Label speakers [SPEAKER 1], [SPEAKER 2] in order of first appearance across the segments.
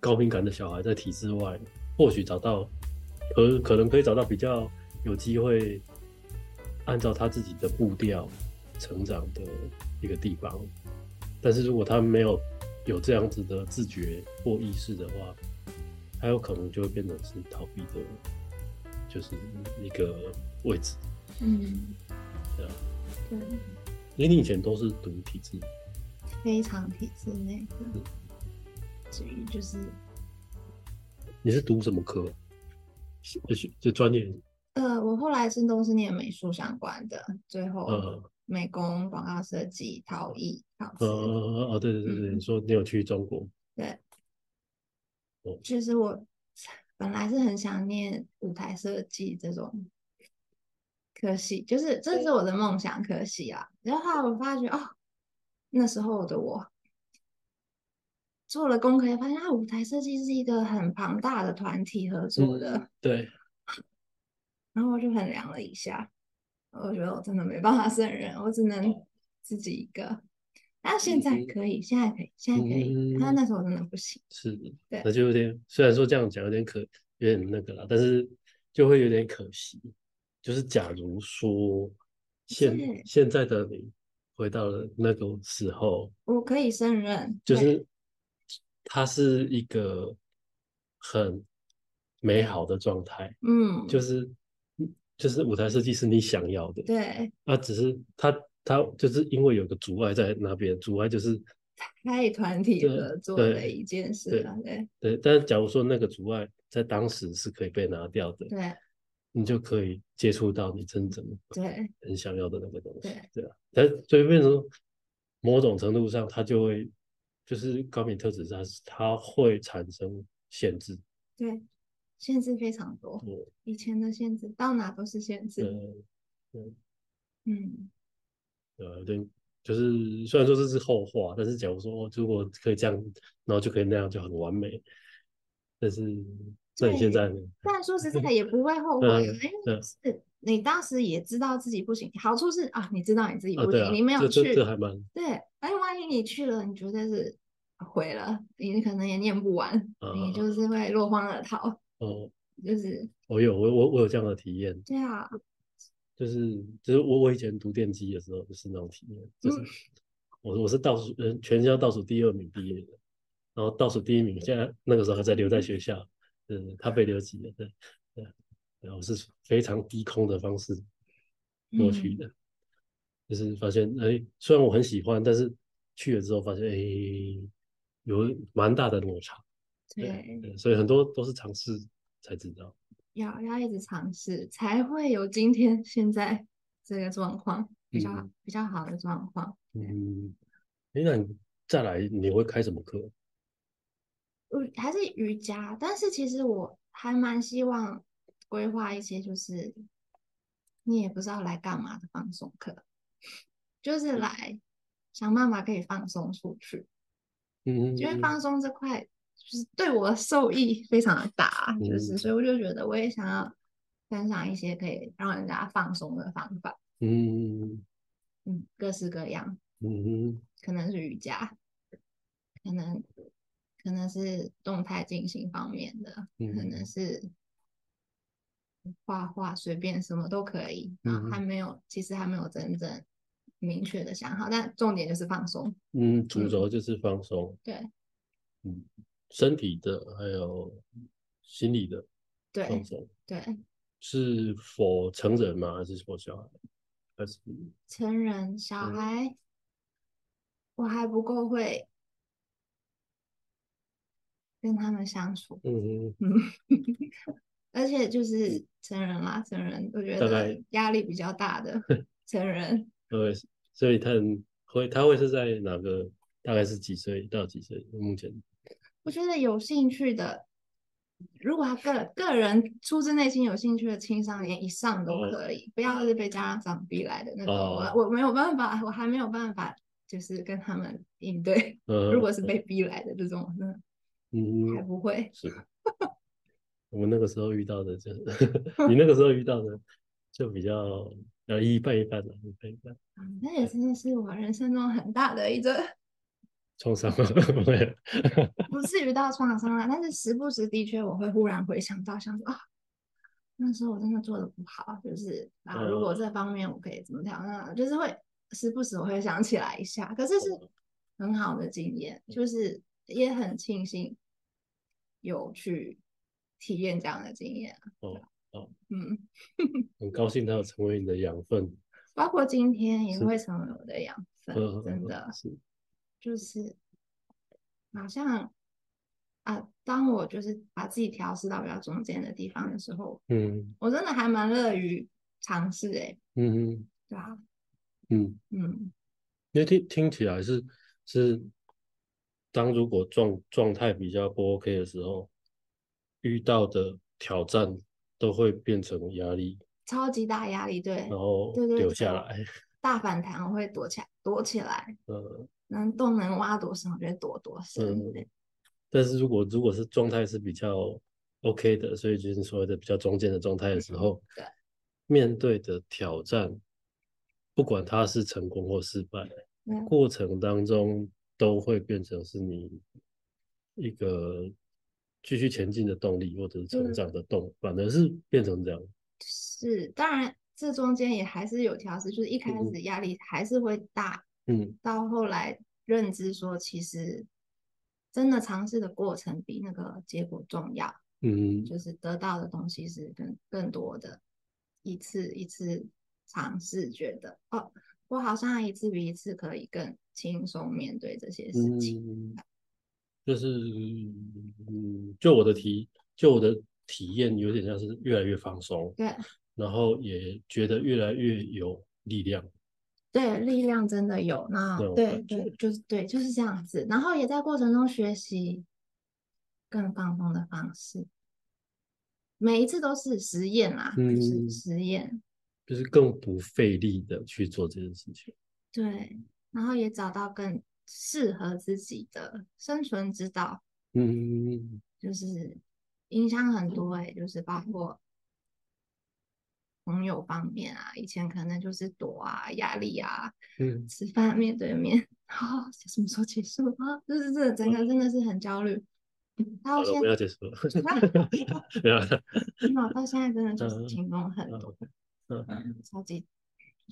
[SPEAKER 1] 高敏感的小孩在体制外，或许找到可可能可以找到比较有机会按照他自己的步调成长的一个地方。但是如果他没有有这样子的自觉或意识的话，他有可能就会变成是逃避的，就是一个位置。
[SPEAKER 2] 嗯，
[SPEAKER 1] 对啊
[SPEAKER 2] 对，
[SPEAKER 1] 因为你以前都是读体制，
[SPEAKER 2] 非常体制内的，所以就是
[SPEAKER 1] 你是读什么科？就就专业，
[SPEAKER 2] 呃，我后来是都是念美术相关的，最后
[SPEAKER 1] 呃
[SPEAKER 2] 美工、广告设计、陶艺、陶瓷
[SPEAKER 1] 呃。呃呃，对对对对，
[SPEAKER 2] 嗯
[SPEAKER 1] 你说你有去中国，
[SPEAKER 2] 其实我本来是很想念舞台设计这
[SPEAKER 1] 嗯
[SPEAKER 2] 种科系，就是这是我的梦想科系啊。然后后来我发觉，哦，那时候的我做了功课，发现啊，舞台设计是一个很庞大的团体合作的。
[SPEAKER 1] 对，
[SPEAKER 2] 然后我就衡量了一下，我觉得我真的没办法胜任，我只能自己一个。那现在
[SPEAKER 1] 哦嗯
[SPEAKER 2] 可以，现在可以，现在可以。那
[SPEAKER 1] 嗯
[SPEAKER 2] 那时候真的不行。
[SPEAKER 1] 是，
[SPEAKER 2] 对
[SPEAKER 1] 那就有点，虽然说这样讲有点可，有点那个啦，但是就会有点可惜。就是假如说现
[SPEAKER 2] 是
[SPEAKER 1] 现在的你回到了那个时候，
[SPEAKER 2] 我可以胜任，
[SPEAKER 1] 就
[SPEAKER 2] 对
[SPEAKER 1] 是它是一个很美好的状态，
[SPEAKER 2] 嗯，
[SPEAKER 1] 就是就是舞台设计是你想要的，
[SPEAKER 2] 对，
[SPEAKER 1] 啊，只是它它就是因为有个阻碍在那边，阻碍就是
[SPEAKER 2] 太团体
[SPEAKER 1] 对
[SPEAKER 2] 合作
[SPEAKER 1] 对
[SPEAKER 2] 的一件事
[SPEAKER 1] 对
[SPEAKER 2] 了，对
[SPEAKER 1] 对，但是假如说那个阻碍在当时是可以被拿掉的，
[SPEAKER 2] 对
[SPEAKER 1] 你就可以接触到你真正
[SPEAKER 2] 对
[SPEAKER 1] 很想要的那个东西
[SPEAKER 2] 对，
[SPEAKER 1] 对啊，但所以变成某种程度上，它就会就是高敏特质它是，它会产生限制，
[SPEAKER 2] 对，限制非常多，
[SPEAKER 1] 嗯
[SPEAKER 2] 以前的限制到哪都是限
[SPEAKER 1] 呃，
[SPEAKER 2] 制，嗯，
[SPEAKER 1] 呃，对，就是虽然说这是后话，但是假如说哦如果可以这样，然后就可以那样，就很完美，但是那你现
[SPEAKER 2] 对
[SPEAKER 1] 在呢？
[SPEAKER 2] 但说实 在也不会后悔，哦
[SPEAKER 1] 嗯
[SPEAKER 2] 因为
[SPEAKER 1] 嗯
[SPEAKER 2] 是你当时也知道自己不行，好处是啊，你知道你自己
[SPEAKER 1] 啊，
[SPEAKER 2] 不
[SPEAKER 1] 对
[SPEAKER 2] 行，
[SPEAKER 1] 啊，
[SPEAKER 2] 你没有
[SPEAKER 1] 这这
[SPEAKER 2] 去
[SPEAKER 1] 这，还蛮
[SPEAKER 2] 对，而且万一你去了，你绝对是毁了，你可能也念不完，你
[SPEAKER 1] 嗯
[SPEAKER 2] 就是会落荒而逃，
[SPEAKER 1] 哦，
[SPEAKER 2] 就是
[SPEAKER 1] 我有我我我有这样的体验，
[SPEAKER 2] 对啊，
[SPEAKER 1] 就是就是我我以前读电机的时候就是那种体验，就是
[SPEAKER 2] 嗯
[SPEAKER 1] 我我是倒数呃全校倒数第二名毕业的，然后倒数第一名现在那个时候还在留在学校，嗯，他被留级了，对对，然后是非常低空的方式过去
[SPEAKER 2] 嗯
[SPEAKER 1] 的，就是发现哎，虽然我很喜欢，但是去了之后发现哎有蛮大的落差，
[SPEAKER 2] 对。
[SPEAKER 1] 对，所以很多都是尝试才知道，
[SPEAKER 2] 要要一直尝试，才会有今天现在这个状况，比较、
[SPEAKER 1] 嗯
[SPEAKER 2] 比较好的状况。
[SPEAKER 1] 嗯，哎，那你再来你会开什么课？
[SPEAKER 2] 我嗯还是瑜伽，但是其实我还蛮希望规划一些，就是你也不知道来干嘛的放松课，就是来想办法可以放松出去，
[SPEAKER 1] 嗯，
[SPEAKER 2] 因为
[SPEAKER 1] 嗯
[SPEAKER 2] 放松这块就是对我的受益非常的大，就是
[SPEAKER 1] 嗯
[SPEAKER 2] 所以我就觉得我也想要分享一些可以让人家放松的方法，
[SPEAKER 1] 嗯
[SPEAKER 2] 嗯，各式各样。
[SPEAKER 1] 嗯
[SPEAKER 2] 可能是瑜伽，可能可能是动态进行方面的，可能
[SPEAKER 1] 嗯
[SPEAKER 2] 是画画，随便什么都可以。然后还
[SPEAKER 1] 嗯
[SPEAKER 2] 没有，其实还没有真正明确的想好，但重点就是放松。
[SPEAKER 1] 嗯，主轴就是放松，
[SPEAKER 2] 对
[SPEAKER 1] 嗯，身体的还有心理的放
[SPEAKER 2] 对
[SPEAKER 1] 松，
[SPEAKER 2] 对，
[SPEAKER 1] 是否成人吗？还是否小孩？还是
[SPEAKER 2] 成人小
[SPEAKER 1] 对
[SPEAKER 2] 孩，我还不够会跟他们相处。
[SPEAKER 1] 嗯
[SPEAKER 2] 嗯，而且就是成人啦，成人我觉
[SPEAKER 1] 大
[SPEAKER 2] 得
[SPEAKER 1] 概
[SPEAKER 2] 压力比较大 的成人，
[SPEAKER 1] 呃，所以他会他会是在哪个？大概是几岁到几岁？目前
[SPEAKER 2] 我觉得有兴趣的，如果他个个人出自内心有兴趣的青少年以上都
[SPEAKER 1] 哦
[SPEAKER 2] 可以，不要是被家长逼来的那种。
[SPEAKER 1] 哦
[SPEAKER 2] 我我没有办法，我还没有办法，就是跟他们应对。
[SPEAKER 1] 呃，
[SPEAKER 2] 如果是被逼来的这种，我真的还
[SPEAKER 1] 嗯
[SPEAKER 2] 不会。
[SPEAKER 1] 是，我们那个时候遇到的就是 你那个时候遇到的就比较呃
[SPEAKER 2] 嗯
[SPEAKER 1] 一半一半的，一半一半。
[SPEAKER 2] 那也真的是我人生中很大的一个
[SPEAKER 1] 创伤吗？没有，
[SPEAKER 2] 不至于到创伤啊啦，但是时不时的确我会忽然回想到，想说啊，那时候我真的做的不好，就是啊，如
[SPEAKER 1] 嗯
[SPEAKER 2] 果这方面我可以怎么调，那就是会时不时我会想起来一下，可是是
[SPEAKER 1] 哦
[SPEAKER 2] 很好的经验，
[SPEAKER 1] 嗯
[SPEAKER 2] 就是也很庆幸有去体验这样的经验，啊
[SPEAKER 1] 哦哦，
[SPEAKER 2] 嗯，
[SPEAKER 1] 很高兴它有成为你的养分。
[SPEAKER 2] 包括今天也
[SPEAKER 1] 是
[SPEAKER 2] 会成为我的养分
[SPEAKER 1] 嗯，，
[SPEAKER 2] 真的
[SPEAKER 1] 是，
[SPEAKER 2] 就是好像啊，当我就是把自己调试到比较中间的地方的时候，
[SPEAKER 1] 嗯
[SPEAKER 2] 我真的还蛮乐于尝试诶，
[SPEAKER 1] 嗯
[SPEAKER 2] 对吧？
[SPEAKER 1] 嗯。
[SPEAKER 2] 嗯，
[SPEAKER 1] 因为听听起来是是，当如果状状态比较不 OK 的时候，遇到的挑战都会变成压力，
[SPEAKER 2] 超级大压力，对
[SPEAKER 1] 然，后
[SPEAKER 2] 对对
[SPEAKER 1] 留
[SPEAKER 2] 对
[SPEAKER 1] 下来。
[SPEAKER 2] 大反弹我会躲起来，躲起来，
[SPEAKER 1] 呃，
[SPEAKER 2] 能洞能挖多深我就躲多深，
[SPEAKER 1] 嗯
[SPEAKER 2] 对
[SPEAKER 1] 但是如果如果是状态是比较 OK 的，所以就是所谓的比较中间的状态的时候，
[SPEAKER 2] 嗯对
[SPEAKER 1] 面对的挑战，不管它是成功或失败，
[SPEAKER 2] 对
[SPEAKER 1] 过程当中都会变成是你一个继续前进的动力，或者是成
[SPEAKER 2] 嗯
[SPEAKER 1] 长的动，反而是变成这样。
[SPEAKER 2] 是，当然这中间也还是有调试，就是一开
[SPEAKER 1] 嗯
[SPEAKER 2] 始压力还是会大，
[SPEAKER 1] 嗯
[SPEAKER 2] 到后来认知说，其实真的尝试的过程比那个结果重要，
[SPEAKER 1] 嗯
[SPEAKER 2] 就是得到的东西是更更多的，一次一次尝试，觉得哦，我好像一次比一次可以更轻松面对这些事情。
[SPEAKER 1] 嗯，就是嗯，就我的体，就我的体验，有点像是越来越放松，
[SPEAKER 2] 对
[SPEAKER 1] 然后也觉得越来越有力量。
[SPEAKER 2] 对，力量真的有，那
[SPEAKER 1] 那我
[SPEAKER 2] 对
[SPEAKER 1] 感
[SPEAKER 2] 对，就是对，就是这样子。然后也在过程中学习更放松的方式，每一次都是实验啦，就是
[SPEAKER 1] 嗯
[SPEAKER 2] 实验。
[SPEAKER 1] 就是更不费力的去做这件事情。
[SPEAKER 2] 对，然后也找到更适合自己的生存之道，
[SPEAKER 1] 嗯，
[SPEAKER 2] 就是影响很多诶、就是包括朋友方面啊，以前可能就是躲啊、压力啊、
[SPEAKER 1] 嗯
[SPEAKER 2] 吃饭面对面， 然后什么时候结束啊？就是这整个真的是很焦虑，
[SPEAKER 1] 嗯
[SPEAKER 2] 嗯
[SPEAKER 1] 好
[SPEAKER 2] 到
[SPEAKER 1] 了，
[SPEAKER 2] 现
[SPEAKER 1] 我们要结束了。 没有了
[SPEAKER 2] 在到现在真的就是
[SPEAKER 1] 嗯
[SPEAKER 2] 轻松很
[SPEAKER 1] 嗯
[SPEAKER 2] 多，
[SPEAKER 1] 嗯
[SPEAKER 2] 超级就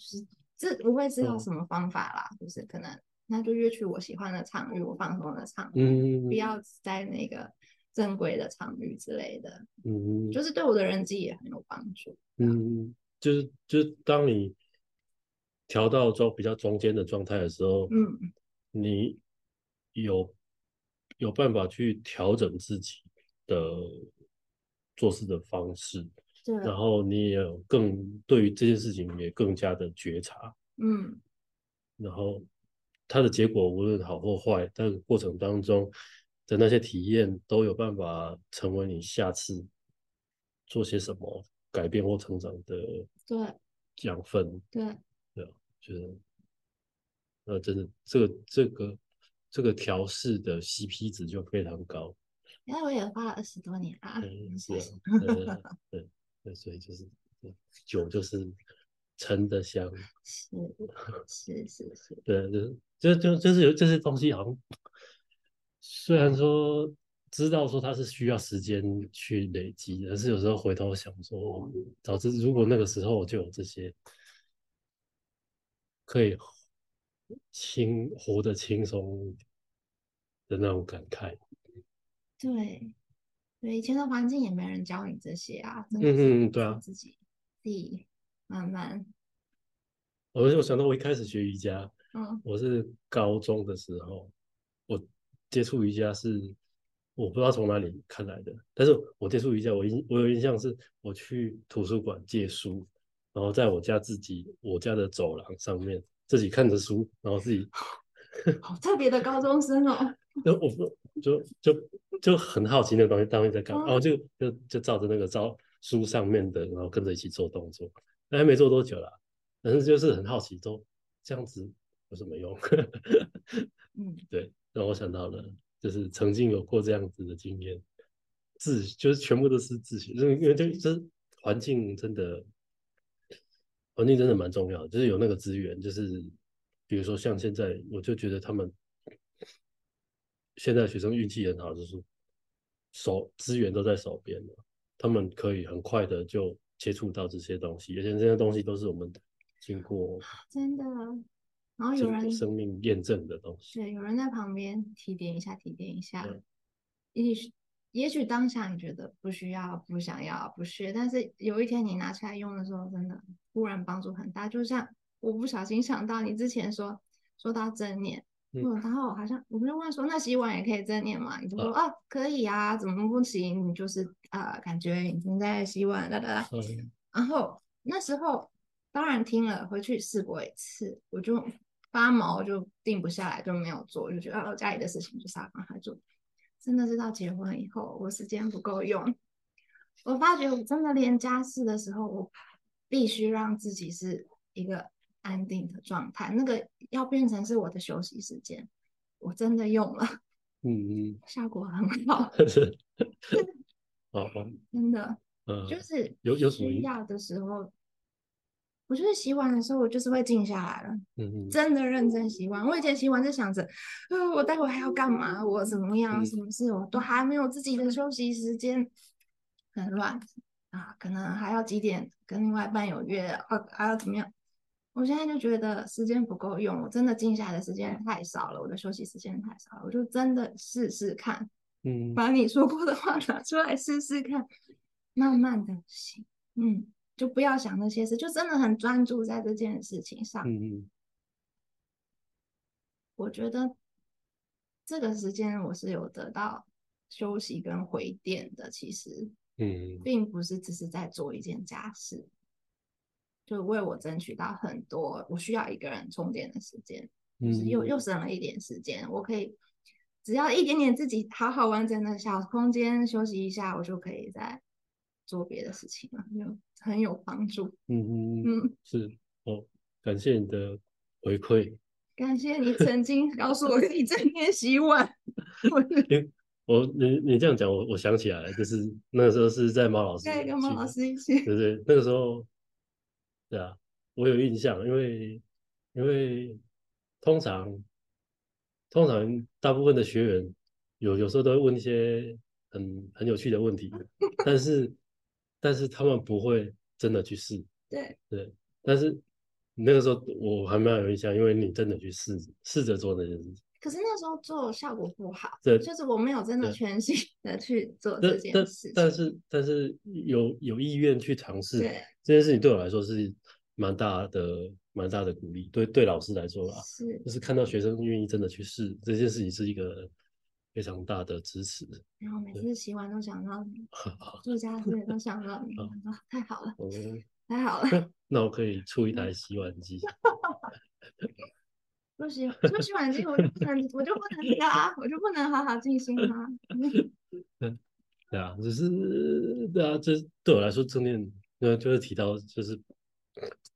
[SPEAKER 2] 是这我会知道
[SPEAKER 1] 嗯
[SPEAKER 2] 什么方法啦，就是可能那就约去我喜欢的场域，我放松的场 域。
[SPEAKER 1] 嗯
[SPEAKER 2] 不要在那个正规的场域之类的，
[SPEAKER 1] 嗯
[SPEAKER 2] 就是对我的人际也很有帮助。
[SPEAKER 1] 嗯，就是就是当你调到中比较中间的状态的时候，
[SPEAKER 2] 嗯，
[SPEAKER 1] 你有有办法去调整自己的做事的方式，
[SPEAKER 2] 对，
[SPEAKER 1] 然后你也有更对于这件事情也更加的觉察，
[SPEAKER 2] 嗯，
[SPEAKER 1] 然后它的结果无论好或坏，但是过程当中的那些体验都有办法成为你下次做些什么改变或成长的
[SPEAKER 2] 对
[SPEAKER 1] 养分，
[SPEAKER 2] 对，
[SPEAKER 1] 就是呃，真的这个这个这个调试的 CP 值就非常高，
[SPEAKER 2] 因为哎我也花了二十多年啊，
[SPEAKER 1] 嗯，
[SPEAKER 2] 没
[SPEAKER 1] 是
[SPEAKER 2] 事
[SPEAKER 1] 啊，对对对，所以就是对酒就是沉得香，
[SPEAKER 2] 是是是是，
[SPEAKER 1] 对，就是就就就是有这些东西，好像虽然说知道说它是需要时间去累积的，但是有时候回头想说，早知如果那个时候我就有这些，可以轻活得轻松一点的那种感慨。
[SPEAKER 2] 对对，以前的环境也没人教你这些啊，真
[SPEAKER 1] 嗯
[SPEAKER 2] 的是
[SPEAKER 1] 嗯嗯，对啊，
[SPEAKER 2] 自己自己慢慢，
[SPEAKER 1] 我我想到我一开始学瑜伽，
[SPEAKER 2] 嗯
[SPEAKER 1] 我是高中的时候，我接触瑜伽是我不知道从哪里看来的，但是我接触瑜伽，我印我有印象是我去图书馆借书，然后在我家自己我家的走廊上面自己看着书，然后自己
[SPEAKER 2] 好特别的高中生哦，
[SPEAKER 1] 就我不就就就很好奇那个东西到底在干嘛，
[SPEAKER 2] 嗯
[SPEAKER 1] 然后就就就照着那个照书上面的，然后跟着一起做动作，但还没做多久啦，但是就是很好奇，都这样子有什么用？
[SPEAKER 2] 嗯，
[SPEAKER 1] 对，让我想到了，就是曾经有过这样子的经验，自就是全部都是自学，因为因为就就是环境真的，环境真的蛮重要的，就是有那个资源，就是比如说像现在，我就觉得他们现在学生运气很好，就是手资源都在手边了，他们可以很快的就接触到这些东西，而且这些东西都是我们经过
[SPEAKER 2] 真的。然后有人
[SPEAKER 1] 生生命验证的东西。
[SPEAKER 2] 对，有人在旁边提点一下，提点一下
[SPEAKER 1] 对。
[SPEAKER 2] 也许也许当下你觉得不需要、不想要、不屑，但是有一天你拿出来用的时候，真的忽然帮助很大。就像我不小心想到你之前说说到正念，
[SPEAKER 1] 嗯
[SPEAKER 2] 嗯，然后我好像我就问说，那洗碗也可以正念吗？你就说哦、可以啊，怎么不行？你就是呃，感觉已经在洗碗啦啦啦。
[SPEAKER 1] 嗯，
[SPEAKER 2] 然后那时候当然听了，回去试过一次，我就发毛就定不下来，就没有做，就觉得哦家里的事情就是要赶快做。真的是到结婚以后，我时间不够用，我发觉我真的连家事的时候，我必须让自己是一个安定的状态，那个要变成是我的休息时间。我真的用了，
[SPEAKER 1] 嗯
[SPEAKER 2] 效果很好，
[SPEAKER 1] 嗯，是， 好，好
[SPEAKER 2] 真的。
[SPEAKER 1] 嗯，
[SPEAKER 2] 就是
[SPEAKER 1] 有有什么
[SPEAKER 2] 需
[SPEAKER 1] 影
[SPEAKER 2] 要的时候，我就是洗碗的时候，我就是会静下来了，
[SPEAKER 1] 嗯嗯，
[SPEAKER 2] 真的认真洗碗。我以前洗碗就想着，呃，我待会还要干嘛，我怎么样，
[SPEAKER 1] 嗯
[SPEAKER 2] 什么事，我都还没有自己的休息时间，很乱啊，可能还要几点跟另外一半有约，啊，还要怎么样？我现在就觉得时间不够用，我真的静下来的时间太少了，我的休息时间太少了，我就真的试试看，
[SPEAKER 1] 嗯，
[SPEAKER 2] 把你说过的话拿出来试试看，慢慢的行，嗯，就不要想那些事，就真的很专注在这件事情上。
[SPEAKER 1] 嗯嗯，
[SPEAKER 2] 我觉得这个时间我是有得到休息跟回电的，其实
[SPEAKER 1] 嗯，
[SPEAKER 2] 并不是只是在做一件家事，就为我争取到很多我需要一个人充电的时间。就是
[SPEAKER 1] 嗯
[SPEAKER 2] 又又省了一点时间，我可以只要一点点自己好好完整的小空间休息一下，我就可以再做别的事情了，就很有帮助。
[SPEAKER 1] 嗯嗯，
[SPEAKER 2] 嗯，
[SPEAKER 1] 是哦，感谢你的回馈。
[SPEAKER 2] 感谢 你曾经告诉我可以整天洗碗，我是
[SPEAKER 1] 我哦你你这样讲，我我想起来，就是那个时候 是在猫老师
[SPEAKER 2] 在跟猫
[SPEAKER 1] 去
[SPEAKER 2] 老
[SPEAKER 1] 的
[SPEAKER 2] 师一起，
[SPEAKER 1] 对对，那个时候，对啊，我有印象，因为因为通常通常大部分的学员有有时候都会问一些很很有趣的问题，但是但是他们不会真的去试，
[SPEAKER 2] 对，
[SPEAKER 1] 但是你那个时候我还蛮有印象，因为你真的去试试着做那件事情，
[SPEAKER 2] 可是那时候做效果不好，
[SPEAKER 1] 对
[SPEAKER 2] 就是我没有真的
[SPEAKER 1] 对
[SPEAKER 2] 全心的去做这
[SPEAKER 1] 但
[SPEAKER 2] 件
[SPEAKER 1] 但
[SPEAKER 2] 事情，
[SPEAKER 1] 但是但是有有意愿去尝试
[SPEAKER 2] 对，
[SPEAKER 1] 这件事情，对我来说是蛮大的蛮大的鼓励，对对啊老师来说啦。
[SPEAKER 2] 是
[SPEAKER 1] 就是看到学生愿意真的去试这件事情，是一个非常大的支持。
[SPEAKER 2] 然后每次洗碗都 想到你，做家事也都想到你，想说太好了，
[SPEAKER 1] 哦，
[SPEAKER 2] 太好了。
[SPEAKER 1] 那我可以出一台洗碗机。
[SPEAKER 2] 不喜欢不喜欢这个，我就不能，我就不能啊，我就不能好好静心啊。
[SPEAKER 1] 对啊，只是对啊，这对我来说正念，那就是提到就是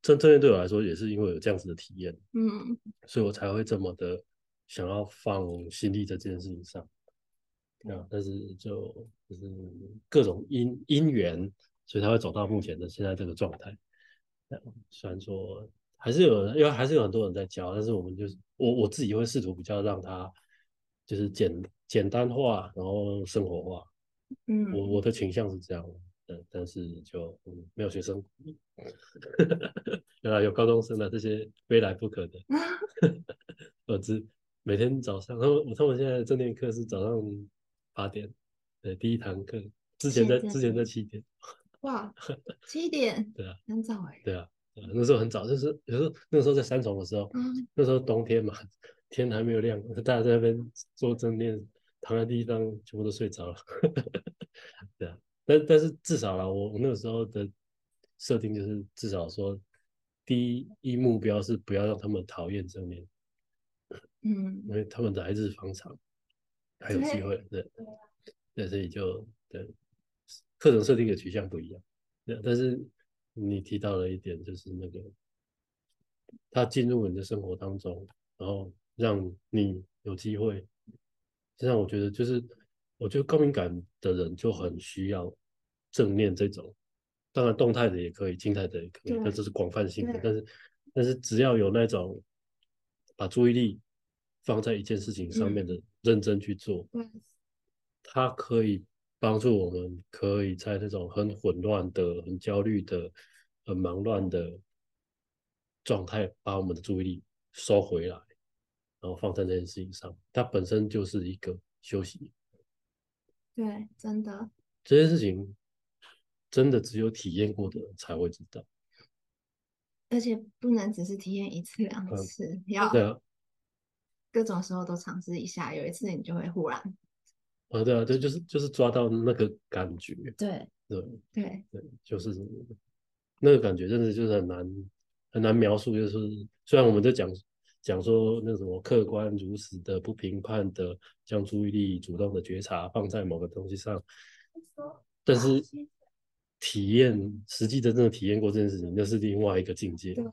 [SPEAKER 1] 正正念对我来说也是因为有这样子的体验，
[SPEAKER 2] 嗯，
[SPEAKER 1] 所以我才会这么的想要放心力在这件事情上。对啊，但是就就是各种因因缘，所以才会走到目前的现在这个状态。对啊虽然说还是有人，因为还是有很多人在教，但是我们就是我我自己会试图比较让它就是简简单化，然后生活化。
[SPEAKER 2] 嗯，
[SPEAKER 1] 我我的倾向是这样，但但是就、嗯、没有学生，原 来有高中生的啊这些非来不可 的我只每天早上，他们我他们现在的正念课是早上八点，对，第一堂课，之前在
[SPEAKER 2] 现在
[SPEAKER 1] 之前在七点，
[SPEAKER 2] 哇，七点，
[SPEAKER 1] 对啊，
[SPEAKER 2] 很早哎。
[SPEAKER 1] 对啊，对啊那时候很早，就是有时候那时候在三重的时候，
[SPEAKER 2] 嗯，
[SPEAKER 1] 那时候冬天嘛，天还没有亮，大家在那边做正念，躺在地上全部都睡着了。 对啊，但但是至少啦，我我那个时候的设定就是至少说，第一一目标是不要让他们讨厌正念，因
[SPEAKER 2] 嗯，
[SPEAKER 1] 为他们来日方长，还有机会。对，对，所以就对课程设定的取向不一样。对，但是你提到了一点，就是那个他进入你的生活当中，然后让你有机会，就像我觉得就是，我觉得高敏感的人就很需要正念这种，当然动态的也可以，静态的也可以
[SPEAKER 2] 对，
[SPEAKER 1] 但这是广泛性的
[SPEAKER 2] 对。
[SPEAKER 1] 但是但是只要有那种把注意力放在一件事情上面的认真去做，
[SPEAKER 2] 对，
[SPEAKER 1] 它可以帮助我们，可以在那种很混乱的、很焦虑的、很忙乱的状态，把我们的注意力收回来，然后放在那件事情上。它本身就是一个休息，
[SPEAKER 2] 对，真的，
[SPEAKER 1] 这件事情真的只有体验过的人才会知道。
[SPEAKER 2] 而且不能只是体验一次两
[SPEAKER 1] 嗯
[SPEAKER 2] 次，要
[SPEAKER 1] 对啊，
[SPEAKER 2] 各种时候都尝试一下，有一次你就会忽然，
[SPEAKER 1] 啊对啊，这就是就是抓到那个感觉，
[SPEAKER 2] 对
[SPEAKER 1] 对。
[SPEAKER 2] 对
[SPEAKER 1] 对，就是那个感觉，真的就是很难很难描述。就是虽然我们在讲讲说那什么客观、如实的、不评判的，将注意力主动的觉察放在某个东西上，但是体验实际真正的体验过这件事情，那是另外一个境界
[SPEAKER 2] 对。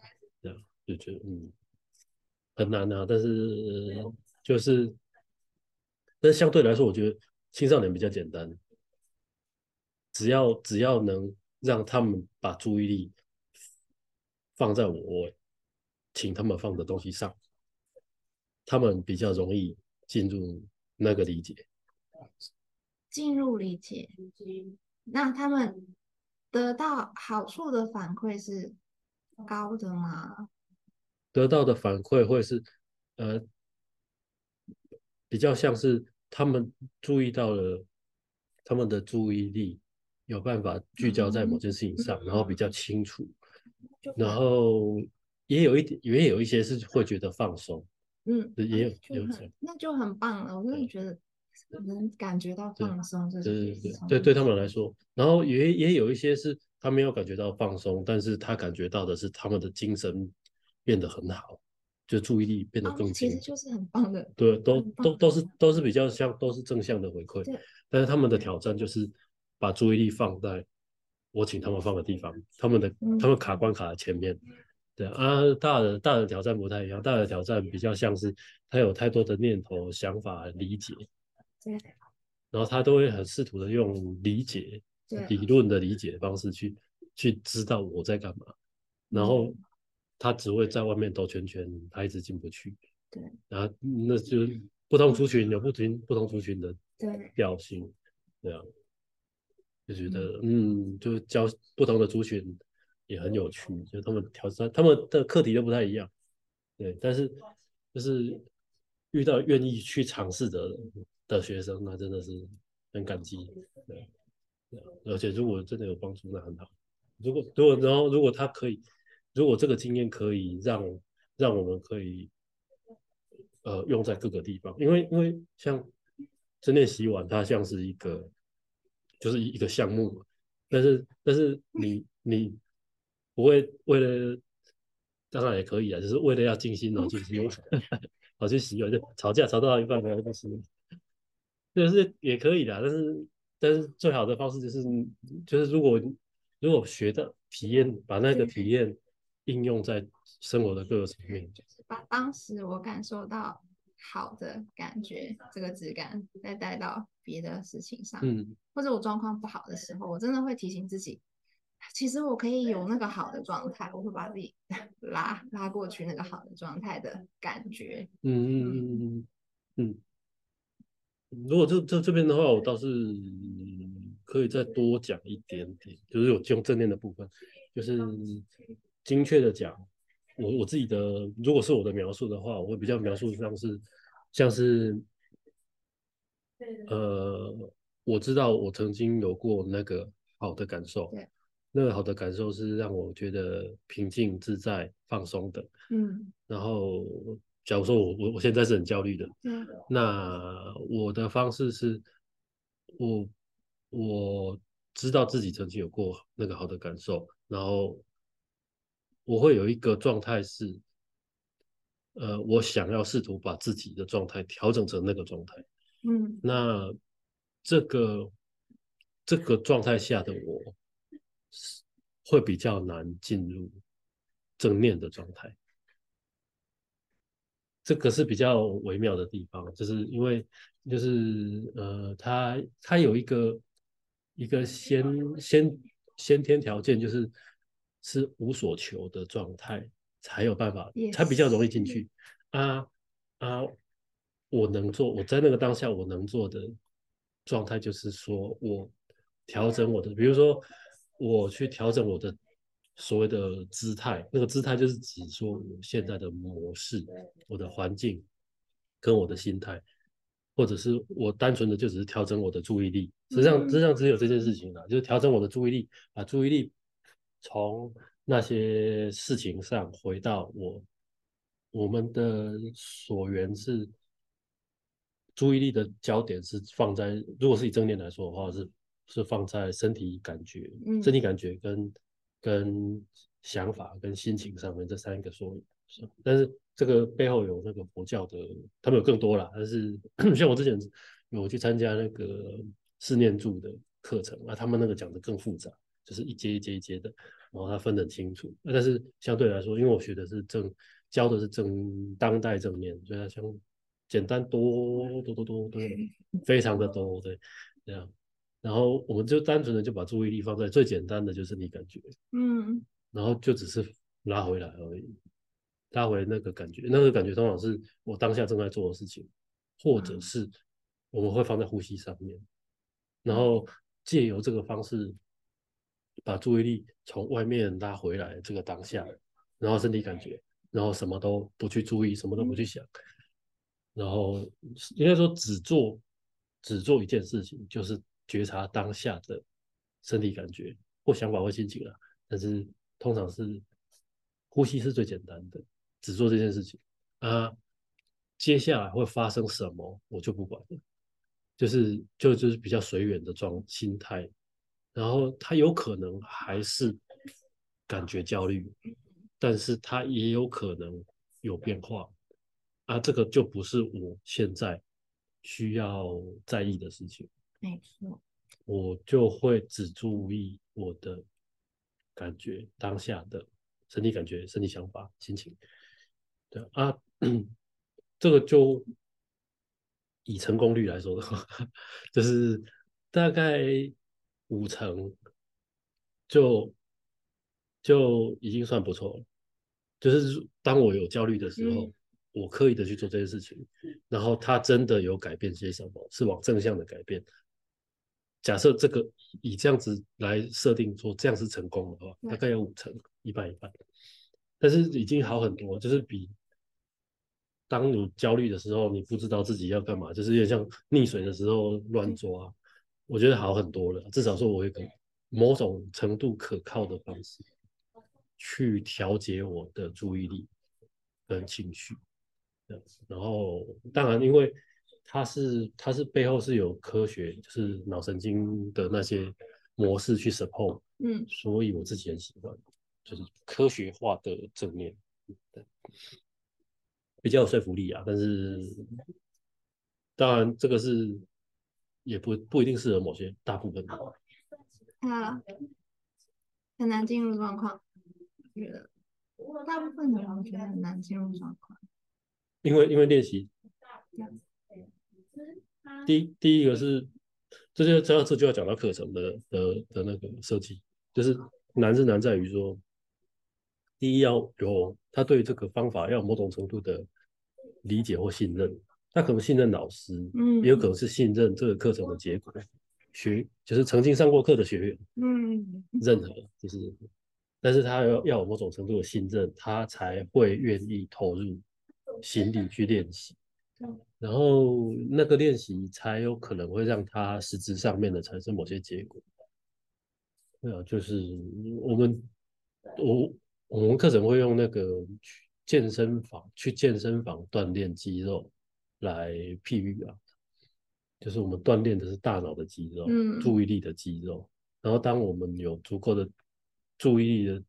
[SPEAKER 1] 这样就觉得嗯很难啊，但是就是，但是相对来说，我觉得青少年比较简单。只要只要能让他们把注意力放在我请他们放的东西上，他们比较容易进入那个理解。
[SPEAKER 2] 进入理解，嗯那他们得到好处的反馈是高的吗？
[SPEAKER 1] 得到的反馈会是，呃，比较像是他们注意到了，他们的注意力有办法聚焦在
[SPEAKER 2] 嗯
[SPEAKER 1] 某件事情上，然后比较清楚，然后也有一点，也有一些是会觉得放松，
[SPEAKER 2] 嗯，
[SPEAKER 1] 也
[SPEAKER 2] 那
[SPEAKER 1] 有
[SPEAKER 2] 就
[SPEAKER 1] 也有这
[SPEAKER 2] 很
[SPEAKER 1] 样
[SPEAKER 2] 那就很棒了，我真的
[SPEAKER 1] 对
[SPEAKER 2] 觉得能感觉到
[SPEAKER 1] 对
[SPEAKER 2] 放松，这
[SPEAKER 1] 对
[SPEAKER 2] 是
[SPEAKER 1] 对
[SPEAKER 2] 从
[SPEAKER 1] 对，对他们来说，然后也也有一些是他没有感觉到放松，但是他感觉到的是他们的精神变得很好，就注意力变得
[SPEAKER 2] 哦，
[SPEAKER 1] 更
[SPEAKER 2] 那
[SPEAKER 1] 清
[SPEAKER 2] 其实
[SPEAKER 1] 楚。
[SPEAKER 2] 就是很棒的，
[SPEAKER 1] 对，都
[SPEAKER 2] 很
[SPEAKER 1] 都
[SPEAKER 2] 棒
[SPEAKER 1] 都
[SPEAKER 2] 很
[SPEAKER 1] 是
[SPEAKER 2] 棒
[SPEAKER 1] 都是比较像都是正向的回馈
[SPEAKER 2] 对，
[SPEAKER 1] 但是他们的挑战就是把注意力放在我请他们放的地方，他们的
[SPEAKER 2] 嗯
[SPEAKER 1] 他们卡关卡在前面。对啊，大的大的挑战不太一样，大的挑战比较像是他有太多的念头、想法、理解，
[SPEAKER 2] 对
[SPEAKER 1] 然后他都会很试图的用理解、
[SPEAKER 2] 对啊
[SPEAKER 1] 理论的理解的方式去去知道我在干嘛，然后
[SPEAKER 2] 嗯
[SPEAKER 1] 他只会在外面兜圈圈，他一直进不去。
[SPEAKER 2] 对，
[SPEAKER 1] 然后那就不同族群有不同不同族群的
[SPEAKER 2] 对
[SPEAKER 1] 调性，对啊，就觉得嗯，就教不同的族群也很有趣，就他们挑战他们的课题都不太一样，对，但是就是遇到愿意去尝试的人的学生，那真的是很感激，对，对啊而且如果真的有帮助，那很好。如果如果然后如果他可以，如果这个经验可以让让我们可以呃用在各个地方，因为因为像正念洗碗，它像是一个就是一一个项目嘛，但是但是你你不会为了当然也可以啊，就是为了要静心然后去洗碗，跑去洗碗就吵架吵到一半然后就洗碗，就是也可以的，啊但是但是最好的方式就是就是如果如果学到体验，把那个
[SPEAKER 2] 对
[SPEAKER 1] 体验应用在生活的各个层面，
[SPEAKER 2] 就是把当时我感受到好的感觉，这个质感再带到别的事情上，
[SPEAKER 1] 嗯，
[SPEAKER 2] 或者我状况不好的时候，我真的会提醒自己，其实我可以有那个好的状态，我会把自己 拉拉过去那个好的状态的感觉。
[SPEAKER 1] 嗯嗯嗯嗯嗯，如果这这这边的话，我倒是可以再多讲一点点，就是有用正念的部分，就是精确的讲，我我自己的，如果是我的描述的话，我会比较描述像是像是呃，我知道我曾经有过那个好的感受
[SPEAKER 2] 对，
[SPEAKER 1] 那个好的感受是让我觉得平静、自在、放松的。
[SPEAKER 2] 嗯，
[SPEAKER 1] 然后，假如说我我我现在是很焦虑的，
[SPEAKER 2] 对，
[SPEAKER 1] 那我的方式是，我我知道自己曾经有过那个好的感受，然后我会有一个状态是，呃，我想要试图把自己的状态调整成那个状态。
[SPEAKER 2] 嗯，
[SPEAKER 1] 那这个这个状态下的我是会比较难进入正念的状态，这个是比较微妙的地方，就是因为就是呃，它它有一个一个先先先天条件，就是是无所求的状态才有办法，才比较容易进去啊啊。我能做，我在那个当下我能做的状态，就是说我调整我的，比如说我去调整我的所谓的姿态，那个姿态就是指说我现在的模式、我的环境跟我的心态，或者是我单纯的就只是调整我的注意力。实际上，
[SPEAKER 2] 嗯
[SPEAKER 1] 实际上只有这件事情啦，就是调整我的注意力，把注意力从那些事情上回到我我们的所缘是注意力的焦点是放在，如果是以正念来说的话，是是放在身体感觉、
[SPEAKER 2] 嗯
[SPEAKER 1] 身体感觉跟跟想法跟心情上面这三个说。是但是这个背后有那个佛教的，他们有更多啦。但是 像我之前有去参加那个四念住的课程啊，他们那个讲的更复杂，就是一阶一阶一阶的，然后它分得很清楚。那但是相对来说，因为我学的是正教的是正当代正念，所以它相简单多多多多多，非常的多，对，这样。然后我们就单纯的就把注意力放在最简单的，就是你感觉，
[SPEAKER 2] 嗯
[SPEAKER 1] 然后就只是拉回来而已，拉回那个感觉，那个感觉通常是我当下正在做的事情，或者
[SPEAKER 2] 嗯
[SPEAKER 1] 是我们会放在呼吸上面，然后借由这个方式把注意力从外面拉回来这个当下，然后身体感觉，然后什么都不去注意，什么都不去想，然后应该说只做只做一件事情，就是觉察当下的身体感觉或想法或心情啊。但是通常是呼吸是最简单的，只做这件事情啊。接下来会发生什么，我就不管了，就是就就是比较随缘的状心态。然后他有可能还是感觉焦虑，但是他也有可能有变化啊。这个就不是我现在需要在意的事情。
[SPEAKER 2] 没错，
[SPEAKER 1] 我就会只注意我的感觉，当下的身体感觉、身体想法、心情。对啊，这个就以成功率来说的话，就是大概五成就就已经算不错了。就是当我有焦虑的时候，
[SPEAKER 2] 嗯
[SPEAKER 1] 我刻意的去做这件事情，然后它真的有改变些什么，是往正向的改变。假设这个以这样子来设定说这样是成功的话，
[SPEAKER 2] 对
[SPEAKER 1] 大概有五成，一半一半，但是已经好很多，就是比当你焦虑的时候，你不知道自己要干嘛，就是有点像溺水的时候乱抓，我觉得好很多了。至少说我有一个某种程度可靠的方式去调节我的注意力跟情绪，这样子。然后当然，因为它是它是背后是有科学，就是脑神经的那些模式去 support，
[SPEAKER 2] 嗯，
[SPEAKER 1] 所以我自己很喜欢，就是科学化的正念，对比较有说服力啊。但是当然，这个是也不不一定适合某些大部分的。
[SPEAKER 2] 他很难进入状况，我
[SPEAKER 1] 嗯
[SPEAKER 2] 觉得大部分的人我觉得很难进入状况。
[SPEAKER 1] 因为因为练习
[SPEAKER 2] 这样子
[SPEAKER 1] 第一第一个是，这就这这就要讲到课程的的的那个设计，就是难是难在于说，第一要有他对这个方法要有某种程度的理解或信任，他可能信任老师，
[SPEAKER 2] 嗯
[SPEAKER 1] 也有可能是信任这个课程的结果，学就是曾经上过课的学员，
[SPEAKER 2] 嗯，
[SPEAKER 1] 任何就是，但是他要要有某种程度的信任，他才会愿意投入心力去练习
[SPEAKER 2] 嗯，
[SPEAKER 1] 然后那个练习才有可能会让他实质上面的产生某些结果。对啊，就是我们我我们课程会用那个去健身房去健身房锻炼肌肉来譬喻啊，就是我们锻炼的是大脑的肌肉，
[SPEAKER 2] 嗯
[SPEAKER 1] 注意力的肌肉。然后当我们有足够的注意力的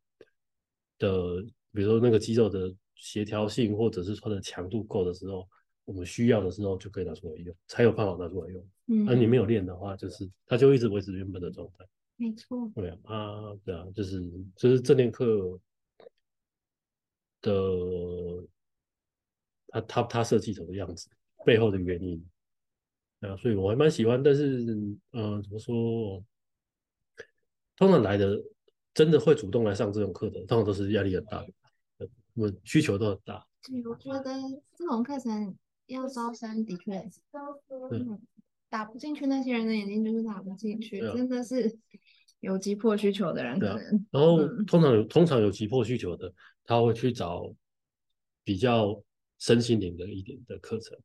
[SPEAKER 1] 的，比如说那个肌肉的协调性或者是它的强度够的时候，我们需要的时候就可以拿出来用，才有办法拿出来用。而、
[SPEAKER 2] 嗯，
[SPEAKER 1] 啊你没有练的话，就是它就一直维持原本的状态。
[SPEAKER 2] 没错，
[SPEAKER 1] 对啊，啊，对啊，就是就是这堂课的，它它它设计成的样子，背后的原因，对啊，所以我还蛮喜欢。但是，嗯、怎么说？通常来的真的会主动来上这种课的，通常都是压力很大的，呃我们需求都很大。
[SPEAKER 2] 所以我觉得这种课程要招生的确，
[SPEAKER 1] 对
[SPEAKER 2] 嗯，打不进去那些人的眼睛就是打不进去，
[SPEAKER 1] 对啊
[SPEAKER 2] 真的是有急迫需求的人
[SPEAKER 1] 对
[SPEAKER 2] 可
[SPEAKER 1] 啊
[SPEAKER 2] 能，
[SPEAKER 1] 然后
[SPEAKER 2] 嗯
[SPEAKER 1] 通常有通常有急迫需求的，他会去找比较身心灵的一点的课程，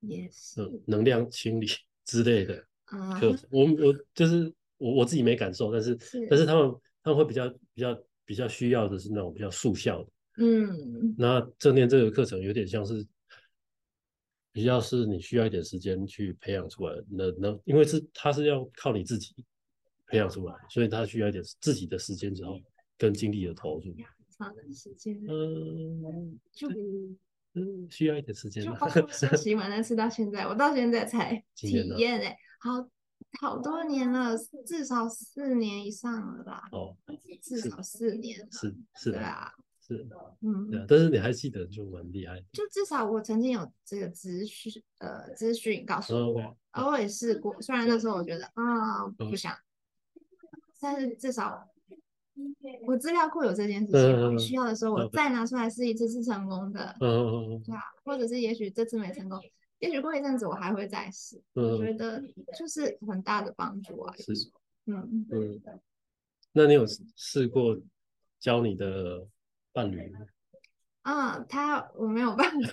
[SPEAKER 2] 也是
[SPEAKER 1] 嗯，能量清理 之类的
[SPEAKER 2] 啊，
[SPEAKER 1] 课程。我我就是我我自己没感受，但是
[SPEAKER 2] 是
[SPEAKER 1] 但是他们他们会比较比较比较需要的是那种比较速效的。
[SPEAKER 2] 嗯，
[SPEAKER 1] 那正念这个课程有点像是比较是你需要一点时间去培养出来的，那那因为是它是要靠你自己培养出来，所以它需要一点自己的时间之后跟精力的投入。
[SPEAKER 2] 长的时间
[SPEAKER 1] 嗯
[SPEAKER 2] 就
[SPEAKER 1] 嗯，需要一点时间
[SPEAKER 2] 就
[SPEAKER 1] 吧。
[SPEAKER 2] 包括休息完那次到现在，我到现在 才体
[SPEAKER 1] 几年了
[SPEAKER 2] 验哎、好好多年了，至少四年以上了吧，
[SPEAKER 1] 哦，
[SPEAKER 2] 至
[SPEAKER 1] 是
[SPEAKER 2] 少四年了，
[SPEAKER 1] 是是
[SPEAKER 2] 对
[SPEAKER 1] 的，
[SPEAKER 2] 啊，
[SPEAKER 1] 是的，
[SPEAKER 2] 嗯
[SPEAKER 1] 对。啊。但是你还记得，就蛮厉害的。
[SPEAKER 2] 就至少我曾经有这个资讯，呃，资讯告诉
[SPEAKER 1] 嗯
[SPEAKER 2] 我，
[SPEAKER 1] ，OK，
[SPEAKER 2] 而我也试过，虽然那时候我觉得啊、
[SPEAKER 1] 嗯
[SPEAKER 2] 不想，但是至少我资料库有这件事
[SPEAKER 1] 嗯嗯
[SPEAKER 2] 情，我
[SPEAKER 1] 嗯
[SPEAKER 2] 需要的时候我
[SPEAKER 1] OK
[SPEAKER 2] 再拿出来试一次是成功的，
[SPEAKER 1] 嗯
[SPEAKER 2] 对啊，或者是也许这次没成功，也许过一阵子我还会再试，我觉
[SPEAKER 1] 嗯
[SPEAKER 2] 得就是很大的帮助啊，有
[SPEAKER 1] 是
[SPEAKER 2] 时候嗯，
[SPEAKER 1] 嗯，那你有试过教你的伴侣吗？
[SPEAKER 2] 啊，他我没有办 法，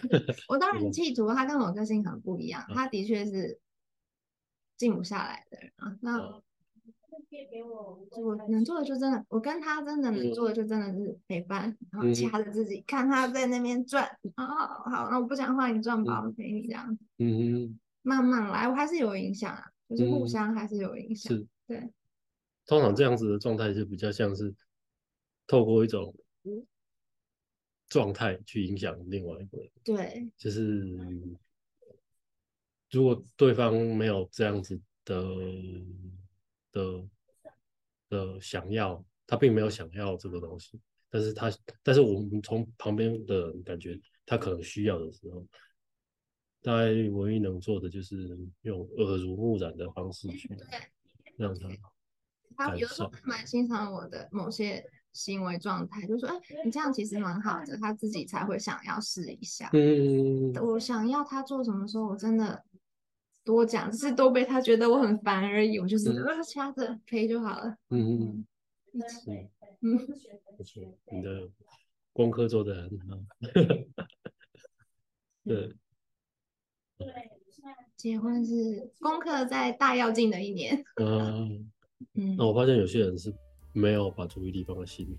[SPEAKER 2] 我当然
[SPEAKER 1] 嗯
[SPEAKER 2] 企图，他跟我个性很不一样，
[SPEAKER 1] 嗯
[SPEAKER 2] 他的确是静不下来的人啊。那
[SPEAKER 1] 哦
[SPEAKER 2] 就我能做的就真的，我跟他真的能做的就真的是陪伴，然后
[SPEAKER 1] 嗯
[SPEAKER 2] 掐着自己看他在那边转，啊、好，那我不讲话，你转吧，我陪你这样，
[SPEAKER 1] 嗯哼。
[SPEAKER 2] 慢慢来，我还是有影响啊，就是互
[SPEAKER 1] 嗯
[SPEAKER 2] 相还是有影响，
[SPEAKER 1] 是，
[SPEAKER 2] 对。
[SPEAKER 1] 通常这样子的状态是比较像是透过一种状态去影响另外一个人，
[SPEAKER 2] 对，
[SPEAKER 1] 就是如果对方没有这样子的的的想要，他并没有想要这个东西，但是他但是我们从旁边的人感觉他可能需要的时候。大概唯一能做的就是用耳濡目染的方式去让他
[SPEAKER 2] 他
[SPEAKER 1] 感
[SPEAKER 2] 有时
[SPEAKER 1] 受
[SPEAKER 2] 候还蛮欣赏我的某些行为状态，就说：“哎、你这样其实蛮好的。”他自己才会想要试一下。
[SPEAKER 1] 嗯，
[SPEAKER 2] 我想要他做什么时候，我真的多讲，只是多被他觉得我很烦而已。我就是
[SPEAKER 1] 嗯
[SPEAKER 2] 啊，掐着陪就好了。
[SPEAKER 1] 嗯，
[SPEAKER 2] 一起
[SPEAKER 1] 嗯
[SPEAKER 2] 嗯，
[SPEAKER 1] 不错，你的功课做得很好。对，
[SPEAKER 2] 结婚是功课在大跃进的一年。
[SPEAKER 1] 嗯，
[SPEAKER 2] 嗯
[SPEAKER 1] 那，我发现有些人是没有把注意力放在心里，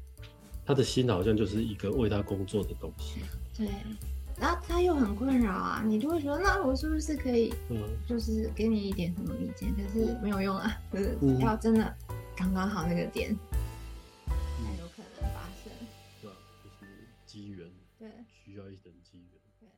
[SPEAKER 1] 他的心好像就是一个为他工作的东西。
[SPEAKER 2] 对。然后他又很困扰啊，你就会觉得，那我是不是可以
[SPEAKER 1] 嗯，
[SPEAKER 2] 就是给你一点什么意见，可是没有用啊，就是
[SPEAKER 1] 嗯
[SPEAKER 2] 要真的刚刚好那个点，才有可能发生。
[SPEAKER 1] 啊对吧？就是机缘，
[SPEAKER 2] 对
[SPEAKER 1] 需要一点机缘。
[SPEAKER 2] 对。